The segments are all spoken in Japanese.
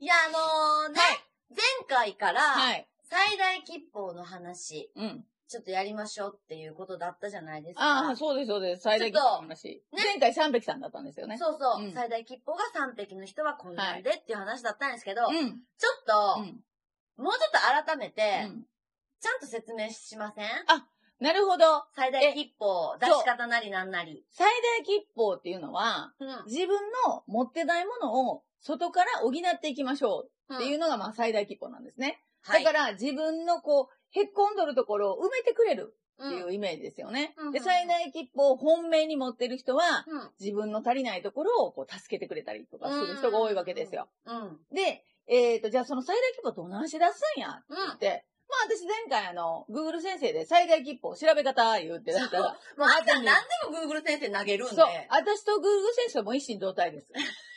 いや、あのーね、はい前回から、はい。最大吉報の話、うん。ちょっとやりましょうっていうことだったじゃないですあか。あ、そうです、そうです。最大級の話。ちょっとね前回三匹さんだったんですよね。そうそう、うん最大吉報が3匹の人はこんなんでっていう話だったんですけど、うん。ちょっと、うん。もうちょっと改めて、うんちゃんと説明しませんなるほど。最大吉報、出し方なりなんなり。最大吉報っていうのは、うん。っ、自分の持ってないものを外から補っていきましょうっていうのが、まあ、最大吉報なんですね。だからら、自分のこう、へっこんどるところを埋めてくれるっていううイメージですよねうん。で、最大吉報を本命に持ってる人は、ん。自分の足りないところをこう、助けてくれたりとかする人が多いわけですよ。うん。うん。で、えっ、と、じゃあその最大切符どないして出すんやって言って、まあ私前回あの、Google 先生で最大切符を調べ方言って出したら、もうあんた何でも Google 先生投げるんそで。う、私と Google 先生はもう一心同体です。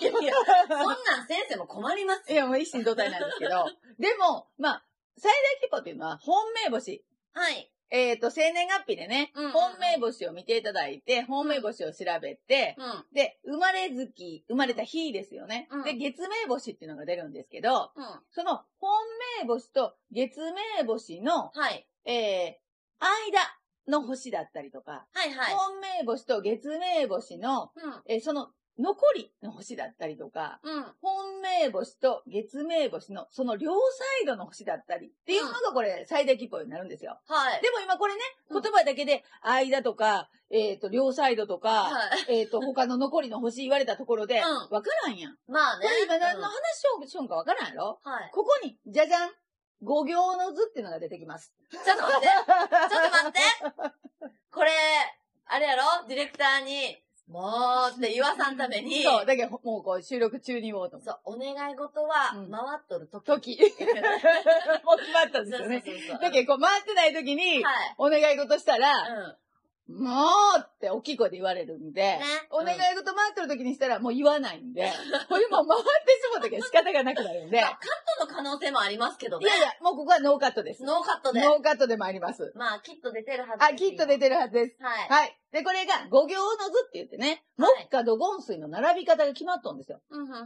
い やいや、そんなん先生も困りますいよ。や、もう一心同体なんです けど、でも、まあ、最大切符っていうのは本命星。はい。えっ、と、生年月日でね、うんうんうん本命星を見ていただいて、本命星を調べて、うん。で、生まれ月、生まれた日ですよね。うんで、月命星っていうのが出るんですけど、うん。その本命星と月命星のはい。えー、間の星だったりとか、はいはい。本命星と月命星の、えーその残りの星だったりとか、うん。うん。本命星と月命星のその両サイドの星だったりっていうのがこれ最大規模になるんですよ。はい。でも今これね、うん言葉だけで間とか、えっ、と、両サイドとか、はい。えっ、と、他の残りの星言われたところで、うんわからんやん。まあこね。れ今何のう話をしようかわからんやろんはい。ここに、じゃじゃん五行の図っていうのが出てきます。ちょっと待って。ちょっと待って。これ、あれやろディレクターに、もうって言わさんために、そう、だけど、もうこう収録中にもうと思そうお願い事はうん回っとる時。う。時。 もう決まったんそうでそすうそよね。うそう。だけど、こう回ってない時に、はい。お願い事したら、うん。もうって大きい声で言われるんでね、お願い事回ってる時にしたらもう言わないんで、これもう回ってしもうたけど仕方がなくなるんで、い まあやカットの可能性もありますけどいね。や、もうここはノーカットです。ノノーカットで。ーカットで参ります。まあ、きっと出てるはずあ、きっと出ててるはずです。はい。はい。で、これが五行の図って言ってね、はい木下土言水の並び方が決まっとんですよ。うん、うん、うん、う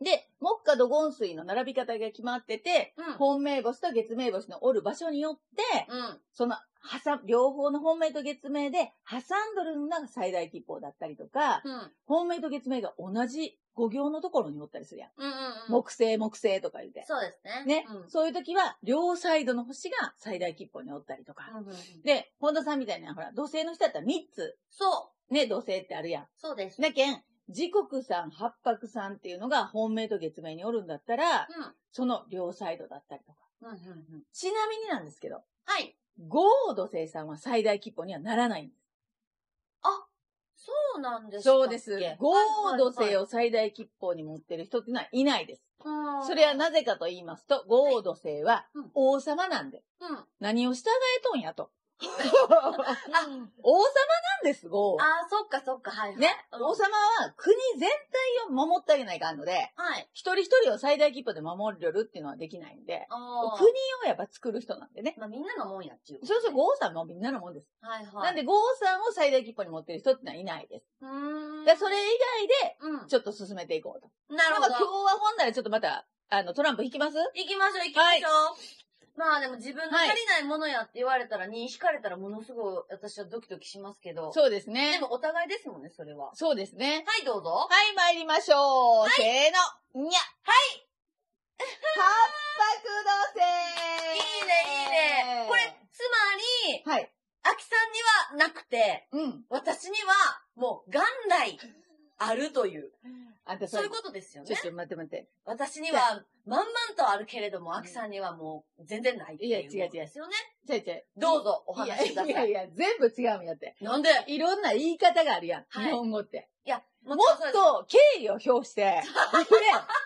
ん。で、木下土言水の並び方が決まってて、うん。本命星と月命星のおる場所によって、うん。その、挟む、両方の本命と月命で、挟んどるのが最大吉報だったりとか、うん。本命と月命が同じ五行のところにおったりするやん。うん。うん。木星、木星とか言うて。そうですね。ね、うん。そういう時は、両サイドの星が最大吉報におったりとか。うんうんうんで、本田さんみたいな、ほら、土星の人だったら3つ、そう。ね、土星ってあるやそうです。ん。だけん、時刻さん、八白さんっていうのが本命と月命におるんだったら、その両サイドだったりとか。うん。うん。うん。うん。ちなみになんですけど、はい。五王土星さんは最大吉報にはならないんで。そうなんですすか五王土星。はいを最大吉報に持ってる人っていうのはいないです。はいいうんそれはなぜかと言いますと、五王土星はうん王様なんで、うん。あ何を従えとん やと。王様なんです、五王。あ、そっかそっか、はいはい。ね、うん王様は国全体を守ってあげないかんので、はい。一人一人を最大吉報で守れるっていうのはできないんで、ああ国。をやっぱ作る人なんでね。まあみんなのもんやっていう。そうそう、五王さんもみんなのもんです。はいはい。なんで、五王さんを最大吉報に持ってる人ってのはいないです。うーん。で、それ以外で、うん。ちょっと進めていこうと。なるなんほかど。今日は本ならちょっとまた、あの、トランプ引きます行きましょう、行きましょう。まあでも自分のは足いりないものやって言われたら、に引かれたらものすごい私はドキドキしますけど。そうですでね。もお互いですもんね、それは。はそうですね。い、どうぞ。はい、参りましょう。せーの。にゃ。はい。八白土いい星ね、いいね。これ、つまり、はい。アキさんにはなくて、うん。私には、もう、元来、あるという。あんたそういうことですよちょねっ。と待って待って。私には、まんまんとあるけれども、アキさんにはもう、全然ないっていう。いや違う違うですよね。ちゃいちゃい。どうぞ、おいや話しくだいさやい。いや、全部違うんやって。なんでいろんな言い方があるやん。はい日本語って。いや、ももちろんそうっですと敬意を表して。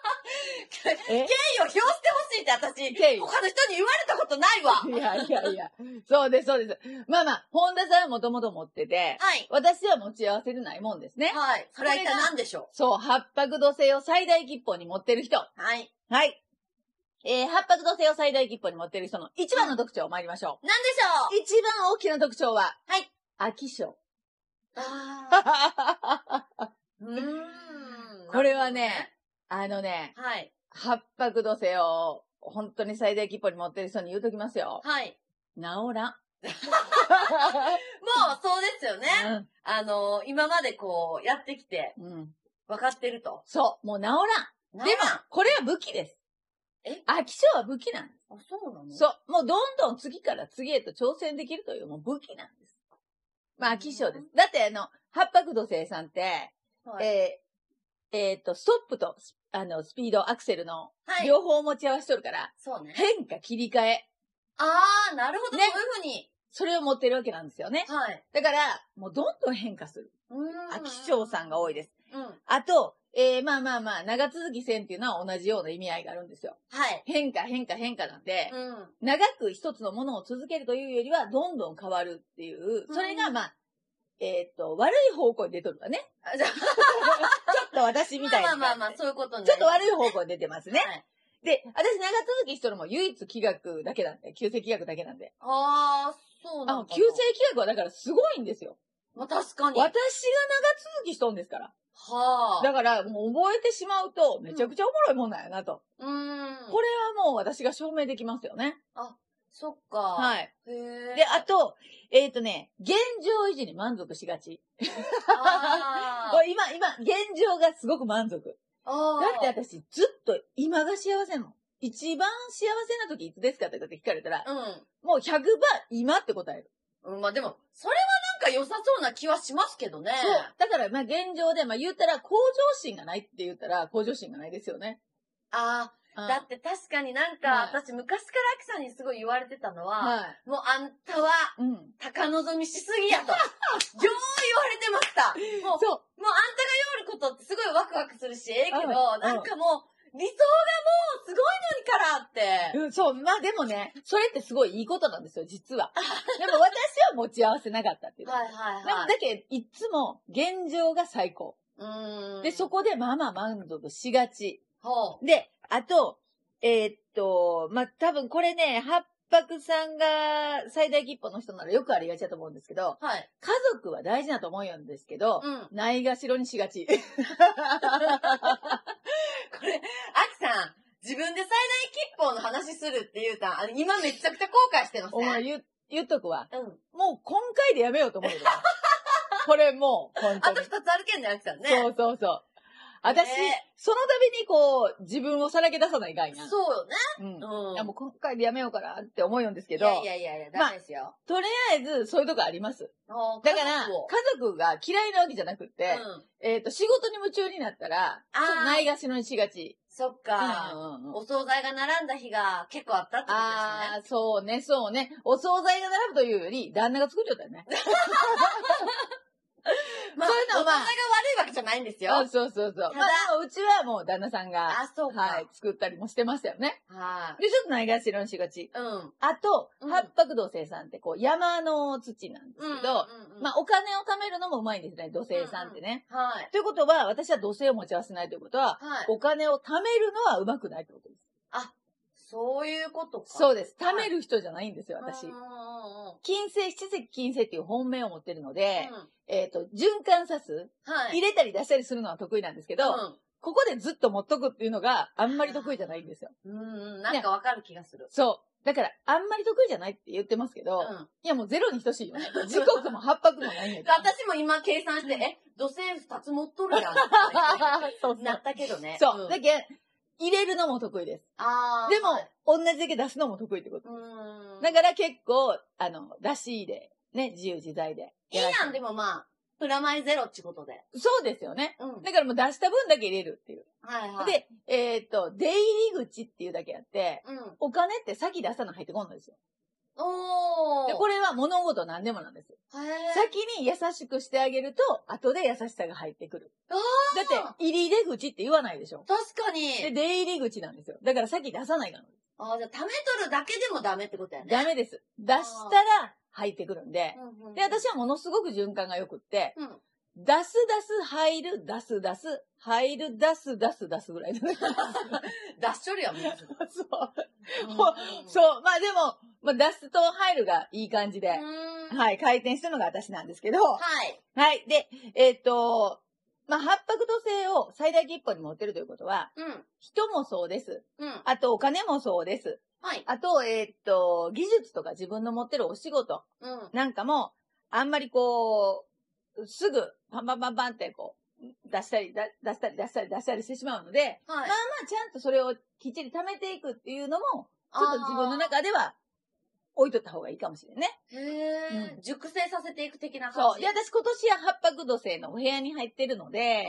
え敬意を表してほしいって私、敬意他の人に言われたことないわ。いやいやいや。そうです、そうです。まあまあ、本田さんはもともと持ってて、はい。私は持ち合わせてないもんですね。はい。それは一体何でしょそう、八白土星を最大吉報に持ってる人。うはい。はい。えー、八白土星を最大吉報に持ってる人の一番の特徴を参りましょ何でしょう。一番大きな特徴は、はい。飽き性。うあーあうーん。これはね、のね、はい。八白土星を、本当に最大規模に持ってる人に言うときますよ。はい。治ら ん。もう、そうですよね。あの、今までこう、やってきて、うん。うん。分かってると。そう、もう治らん。でもならん、これは武器です。え飽き性は武器なんです。あ、そうなのそう。もうどんどん次から次へと挑戦できるというもう武器なんです。まあ、飽き性です。だってあの、八白土星さんって、はいえーえーと、ストップとス、あの、スピード、アクセルのはい。両方持ち合わせとるから、そうね。変化、切り替え、あー、なるほど、ねそういうふうに。それを持ってるわけなんですよね。はい。だから、もうどんどん変化する。うん飽き性さんが多いでです。す。うん。はあと、えーまあまあまあ、長続きせんっていうのは同じような意味合いがあるんですよ。い。変化、変化、変化なんで、うん。長く一つのものを続けるというよりは、どんどん変わるっていう、それがまあ、えーっと、悪い方向に出とるわね。あ じゃあちょっと私みたいなまあ感じ。まあまあまあ、そういうことにちなょりっとます悪い方向に出てますね。はいで、私長続きしとるのも唯一気学だけなんで、旧世気学だけなんで。あー、そうなあの、かな旧世気学はだからすごいんですよ。まあ確かに。私がは長続きしとんですから。あ。だからもう覚えてしまうと、めちゃくちゃおもろいもんなんやなと。うーん。これはもう私が証明できますよね。そっか。い。はい。へえ。で、あと、えっ、とね、現状維持に満足しがち。あこれ今、今、現状がすごく満足。だーって私、ずっと今が幸せなの。一番幸せな時いつですかって聞かれたら、もう100倍今って答える。うん。まあでも、それはなんか良さそうな気はしますけどね。そう。だから、まあ現状で、まあ言ったら向上心がないって言ったら向上心がないですよね。ああ、だって確かになんか、はい私昔からアキさんにすごい言われてたのは、はい。もうあんたはうん。高望みしすぎや と。よう言われてました。もう、もうあんたがそう。言われることってすごいワクワクするし、ええけど、うんなんかもう、理想がもうすごいのにからって。うん、そう。まあでもね、それってすごいいいことなんですよ、実 は。でも私は持ち合わせなかったっていう。はいはいでもはだい。けど、いつも現状が最高。うーん。で、そこでまあまあ満足しがち。ほう。で、あと、えーっと、まあ多分これね、八白さんが最大吉報の人ならよくありがちだと思うんですけど、はい。家族は大事だと思うんですけど、うん。ないがしろにし がち。これ、アキさん、自分で最大吉報の話するって言うたん、あの、今めちゃくちゃ後悔してませおん前言う、言っとくわ。うん。もう今回でやめようと思うよ。 これもう、本当あにと。二つ歩けんね、アキさんね。そうそうそう。私、ねその度にこう、自分をさらけ出さないがいな。そうよね。うん。いうん。やもう今回でやめようかなって思うんですけいど、やいやいやいや、ダメですよ。とりあえずそういうとこあります。ほうだから、家家族を族が嫌いなわけじゃなくって、うん。えっ、と、仕事に夢中になったら、あーちょっとないがしろにしがち。そっうんか。うんうんお惣菜が並んだ日が結構あったってことですね。ああ、そうね、そうね。お惣菜が並ぶというより、旦那が作っちゃったよね。まあ、そういうのはおまあ互いが悪いわけじゃないんですよ。あそうそうそう。ただまあ、うちはもう旦那さんが、あ、そうか。はい、作ったりもしてましたよね。はで、ちょっとないがしろにしがち。い。うん。あと、うん八白土星さんってこう、山の土なんですけうん。ど、うんうんまあ、お金を貯めるのもうまいんですね、土星さんってね。はい。ということは、私は土星を持ち合わせないということは、はい。お金を貯めるのはうまくないってことです。そういうことか。、そううです。貯める人じゃないんですよ、私うんう。んうんうん。金星、七石金星っていう本命を持ってるので、うんえっ、と、循環さす、はい。入れたり出したりするのは得意なんですけど、うんここでずっと持っとくっていうのがあんまり得意じゃないんですよ。うんうん、なんかわかる気がする。そう。だから、あんまり得意じゃないって言ってますけど、うん。いやもうゼロに等しい よね。時刻も八拍もないんや から。私も今計算して、え、土星二つ持っとるやん。そう なったけどね。そう。んだけん入れるのも得意です。あーでも、同じだけ出すのも得意ってこと。うん。だから結構、あの、出し入れ、ね、自由自在で。いいやん、でもまあ、プラマイゼロってことで。そうですよね。うん。はいだからもう出した分だけ入れるっていう。はい。、で、えっ、と、出入り口っていうだけあって、うん。お金って先出さない入ってこんのですよ。おでー。これは物事何でもなんです。へー先に優しくしてあげると、後で優しさが入ってくる。あだって、入り出口って言わないでしょ。確かで、に。出入り口なんですよ。だから先出さないなの。あーじゃあ、貯めとるだけでもダメってことやね。ダメです。出したら入ってくるんで。うんうんで、私はものすごく循環が良くって、うん出す出す入る、出す出す、入る出す出す出すぐらい のね。出しとるやん、もうすぐ。そう。う そう。まあでも、まあ、出すと入るがいい感じで、ん。うん。はい、回転したのが私なんですけど、はい。はい。で、えっ、と、まあ、八白土星を最大吉報に持ってるということは、うん。人もそうです。うん。あと、お金もそうです。はい。あと、えーっと、技術とか自分の持ってるお仕事うん。なんかも、あんまりこう、すぐ、パンパンパンパンってこう、出したり、だ出したり、出したり、出したりしてしまうので、はい。ままあ、ちゃんとそれをきっちり貯めていくっていうのも、ちょっと自分のあー。中では、置いとった方がいいかもしれんね。へえ、う熟成させていく的な感そう。じ。で、私今年は八白土星のお部屋に入ってるので、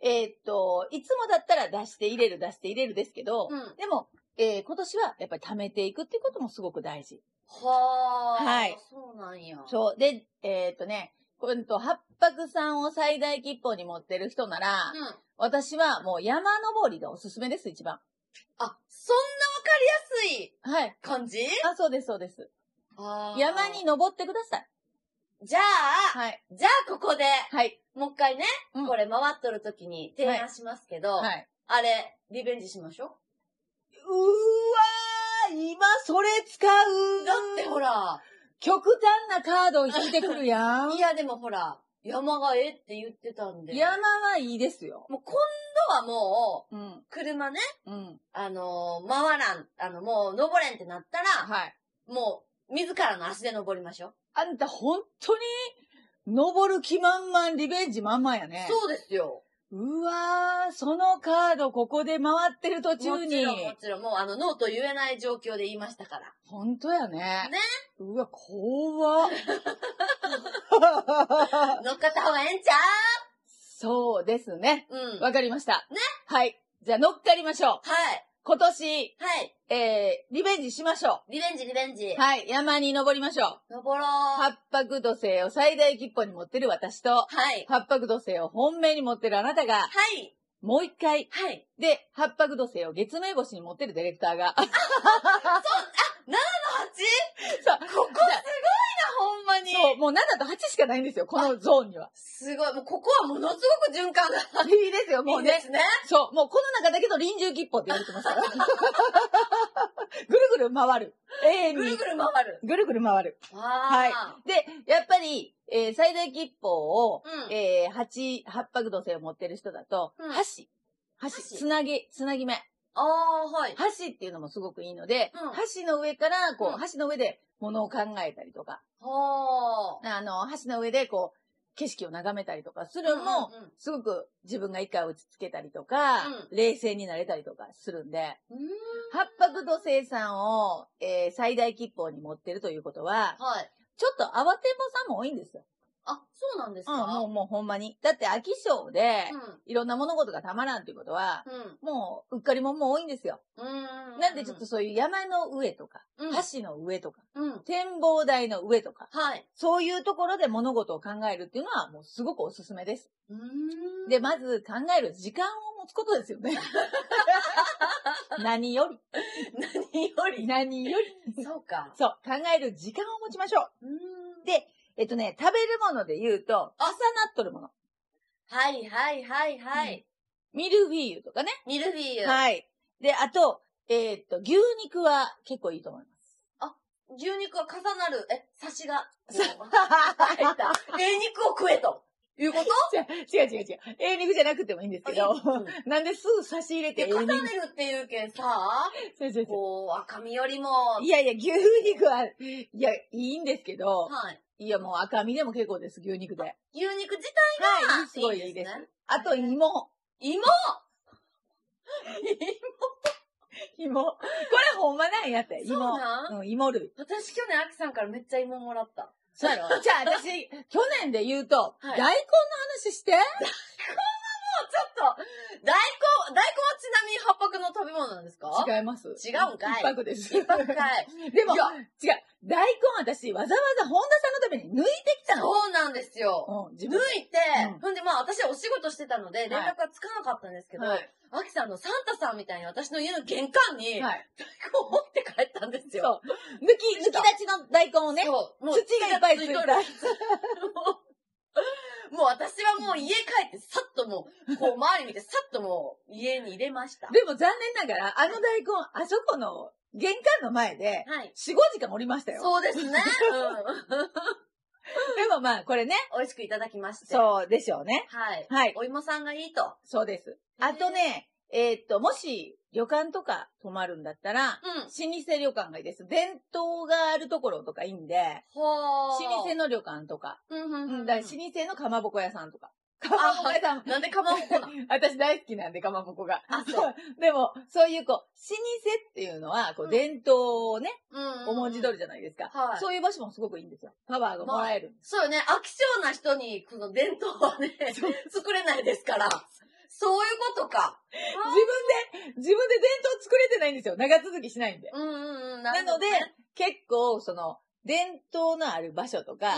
えーっと、いつもだったら出して入れる、出して入れるですけど、うん。うん。でも、えー今年はやっぱり貯めていくっていうこともすごく大事。はあ。はい。そうなんや。そう。で、えーっとね、うんと、八白さんを最大吉報に持ってる人なら、うん。私はもう山登りがおすすめです、一番。あ、そんなわかりやすいはい。感じあ、そうです、そうです。あー山に。登ってください。じゃあ、はい。じゃあここで、はい。もう一回ね、うんこれ回っとる時に提案しますけど、はい。あれ、リベンジしましょうーわー今それ使う。うだってほら、極端なカードを引いてくるやんい。やでもほら、山がええって言ってたんで。山はいいですよ。もう今度はもう、うん。車ね、うん。あのー回らん、あの、もう登れんってなったら、はい。もう、自らの足で登りましょう。あんた本当に、登る気満々、リベンジ満々やね。そうですよ。うわー、そのカードここで回ってる途もちろ中ん、に。もちろん、もうあの、ノーと言えない状況で言いましたから。本当やね。ねうわ、怖っ乗っかった方がええんちゃそうですね。ううん。はい。わかりました。ね。はい。じゃあ乗っかりましょう。今年、はい。えー、リベンジしましょリベンジ、リベンジう。。はい。山に登りましょ登ろう。う。は八白土星を最大吉報に持ってる私と、い。八白土星を本命に持ってるあなたが、はい。もう一回、はい。で、八白土星を月明星に持ってるディレクター が、あっちそう、ここすごいな、ほんまに。そう、もう7と8しかないんですよ、このゾーンには。すごい。もうここはものすごく循環が。いいです よ、もういいでね。すね。そう、もうこの中だけど臨終吉報って言われてますから。 ぐるぐる回る。永遠ぐるにぐ。る回る。ぐるぐる回る。あで、やっぱり、えー最大吉報をー、うん。えー、八、八白土星を持ってる人だと、うん箸。箸。箸つなぎ、つなぎ目。ああ、はい。箸っていうのもすごくいいので、うん箸の上から、こう、うん箸の上で物を考えたりとか、はあの、箸の上でこう、景色を眺めたりとかするのも、うすごく自分が一回落ち着けたりとか、うん冷静になれたりとかするんで、んうんうん。う八白土星さんを、えー最大吉報に持ってるということはーん。、はい。ちょっと慌てんぼさんも多いんですよ。あ、そうなんですうかん、もうもうほんまに。だって飽き性で、ういろんな物事がたまらんということは、ん。うん。もう、うっかりもんも多いんですよ。うん。なんでちょっと、そういう山の上とか、うん。橋の上とか、うん。展望台の上とか、はい。そういうところで物事を考えるっていうのは、もうすごくおすすめです。うーんで、、まず考える時間を持つことですよね。何よ 何より、り。何より。そうか。そう、考える時間を持ちましょう。うーん。でえっとね、食べるもので言うと、あ重なっとるもの。はいはいはいはい。ミルフィーユとかね。ミルフィーユ。はい。で、あと、えーっと、牛肉は結構いいと思います。牛肉は重なる、え、刺しが。さ入った。え、肉を食えと。 いうこと 違う違う違う違う。ええ肉じゃなくてもいいんですけど、なんですぐ差し入れてで、ええ重ね肉。るっていうけんさ、そうそうそこう、赤身よりも、はういい。やいや、牛肉は、いや、いいんですけど、いやもう赤身でも結構です、牛肉で。はい、牛肉自す体ごが、いいいです。ね。あと、芋。芋芋。これほんまなんやって、そう芋。なんうん、芋類。私去年、アキさんからめっちゃ芋もらった。そうやろじゃあ 私、去年で言うと、はい大根の話しちて。ょっと、大根、大根はちなみに八白の食べ物なんですか違います。違うんかい一泊です。一泊かい。でも、い違やう。大根私、わざわざ本田さんのために抜いてきたの。そうなんですよ。うん、自抜分。いてうん、ほんでまあ私はお仕事してたので連絡がつかなかったんですけど、はい。アキさんのサンタさんみたいに私の家の玄関に、はい。こう持って帰ったんですよ。そう。抜き、抜き立ちの大根をね。そう。もう土がいっぱいついた土がついとるもうもう私はもう家帰ってさっともう、こう周り見てさっともう家に入れました。でも残念ながら、あの大根、あそこの玄関の前で、はい。 4、5時間おりましたよ。そうですね。うん。でもまあ、これね、美味しくいただきまして。う。そうでしょうね。はい。はい。お芋さんがいいと。そうです。あとね、えーっと、もし、旅館とか泊まるんだったら、うん。老舗旅館がいいです。伝統があるところとかいいんで、ほー。老舗の旅館とか、うんうんうんうん。だから老舗のかまぼこ屋さんとか。かまぼこ屋さん、 なんでかまぼこな私大好きなんで、かまぼこが。あそうでも、そういうこう、老舗っていうのは、こうう、ん伝統をね、うんうん。お文字通りじゃないですか。はいそういう場所もすごくいいんですよ。パワーがもらえる。そうよね。飽き性な人に、この伝統はね、そう作れないですから。そういうことか。自分で、自分で伝統作れてないんですよ。長続きしないんで。うんうんうん。なるほのどでね、結構、その、伝統のある場所とか、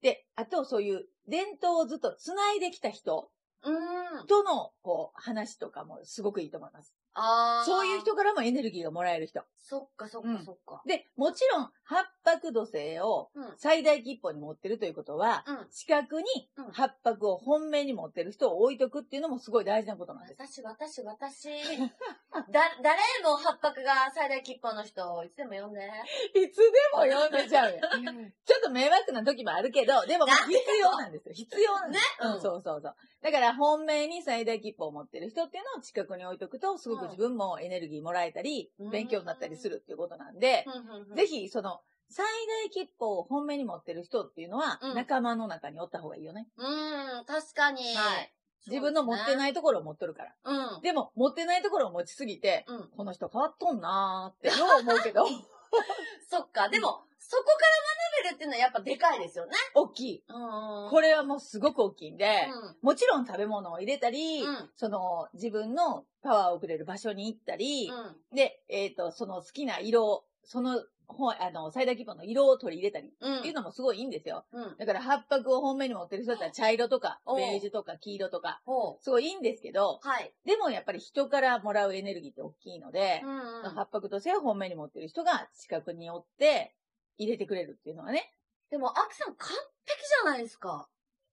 で、あとそういう、伝統をずっと繋いできた人うんうん。うん。との、こう、話とかもすごくいいと思います。あーそういう。人からもエネルギーがもらえる人。そっかそっうかんそっか。で、もちろん、八白土星をうん。最大切符に持ってるということは、うん。近くにうん八白を本命に持ってる人を置いとくっていうのもすごい大事なことなんです。私、私、私。 だ、誰も八白が最大吉報の人をいつでも呼んで。いつでも読んでちゃうよ。ちょっと迷惑な時もあるけど、でもまあなんで必要なんですよ。必要なんです。ねうん、そうそうそう。だから本命に最大切符を持ってる人っていうのを近くに置いとくと、すごく自分もエネルギーもらえたりうん、勉強になったりするっていうことなんで、ぜひ。ひ、その、最大切符を本命に持ってる人っていうのはうん、仲間の中におった方がいいよね。うん、確かに。はい自分の持ってい。ないところを持っとるから。うん。でも、持ってないところを持ちすぎて、うん。この人変わっとんなーってよう思う けど、そっか。でも、そこから学べるっていうのはやっぱでかいですよね。大きい。うん。これはもうすごく大きいんで、うん。もちろん食べ物を入れたり、うんその自分のパワーをくれる場所に行ったり、うん。で、えっ、と、その好きな色を、その、ほあの、最大規模の色を取り入れたりうん。っていうのもすごいいいんですよ。うん。だから、八白を本命に持ってる人だったら茶色とかお、うベージュとか黄色とか、ほすごいいいんですけど、う。はい。でもやっぱり人からもらうエネルギーって大きいのでう、んうん。八白と性を本命に持ってる人が近くに寄って入れてくれるっていうのはね、でも、アキさん完璧じゃないですか。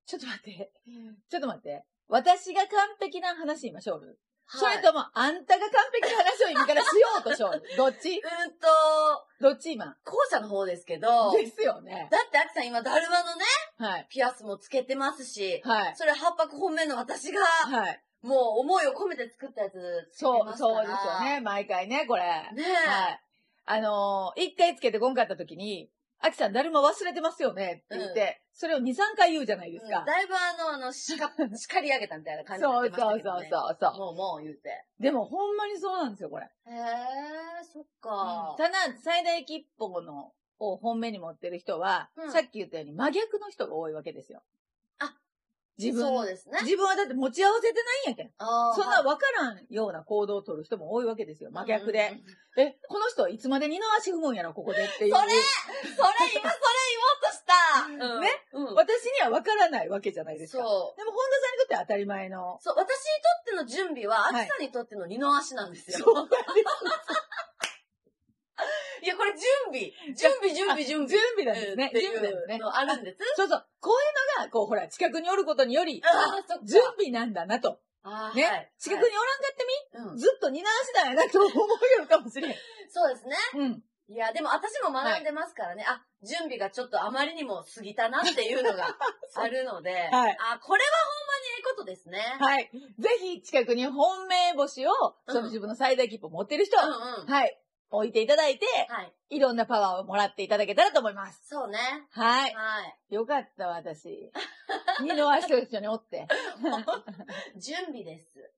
ちょっと待って、ちょっと待って、私が完璧な話今勝負そはいれ、とも、あんたが完璧な話を今からしようとしよう。どっ ちうーんと、どっち今後者の方ですけど、ですよね。だってアキさん今、だるまのね、はい。ピアスもつけてますし、はい。それ八白本命の私が、はい。もう思いを込めて作ったやつ作りそまう、すからそうですよ。ね。毎回ね、これ。ねはい。あのー一回つけてこんかった時に、あきさん、だるま忘れてますよねって言って、それを2、3回言うじゃないですうんか。だいぶあの、あの、 しか、叱り上げたみたいな感じになそっうてそましたうけど、そうね。そうそもうもう言うて。う。でも、ほんまにそうなんですよ、これ。へえ、そっか。ただ、最大吉報の、を本命に持ってる人は、うんさっき言ったように真逆の人が多いわけですよ。あ、自分そうですね。自分はだって持ち合わせてないんやけん。あーそんな分からんような行動を取る人も多いわけですよ。真逆うんでうん。うんえ、この人はいつまで二の足踏むんやろ、ここでっていう。それそれ、今それ言おうとした、ねうん私には分からないわけじゃないですか。そう。でも、本田さんにとっては当たり前の。そう、私にとっての準備は、はアいキさんにとっての二の足なんですよ。そ うなんでいや、これ準備。準備、準備、準備。す。準備なんですうんねっ。てい準う備なんですね。のあるんです。そうそう。こういうのが、こう、ほら、近くにおることにより、ああ、そっか。準備なんだなと。あーねはい近くにおらんかってうんみ、ずっと二の足だよなと思うよるかもしれん。そうですね。 うん。いや、でも私も学んでますからね。あ、準備がちょっとあまりにも過ぎたなっていうの があるので。はいあ、これはほんまにいいことですね。はい。ぜひ、近くに本命星を、その自分の最大切符を持ってる人は、うんうん。はい。置いていただいて、はい。いろんなパワーをもらっていただけたらと思います。そうね。は。はいよかったわ、私。二の足と一緒におって。い。準備です。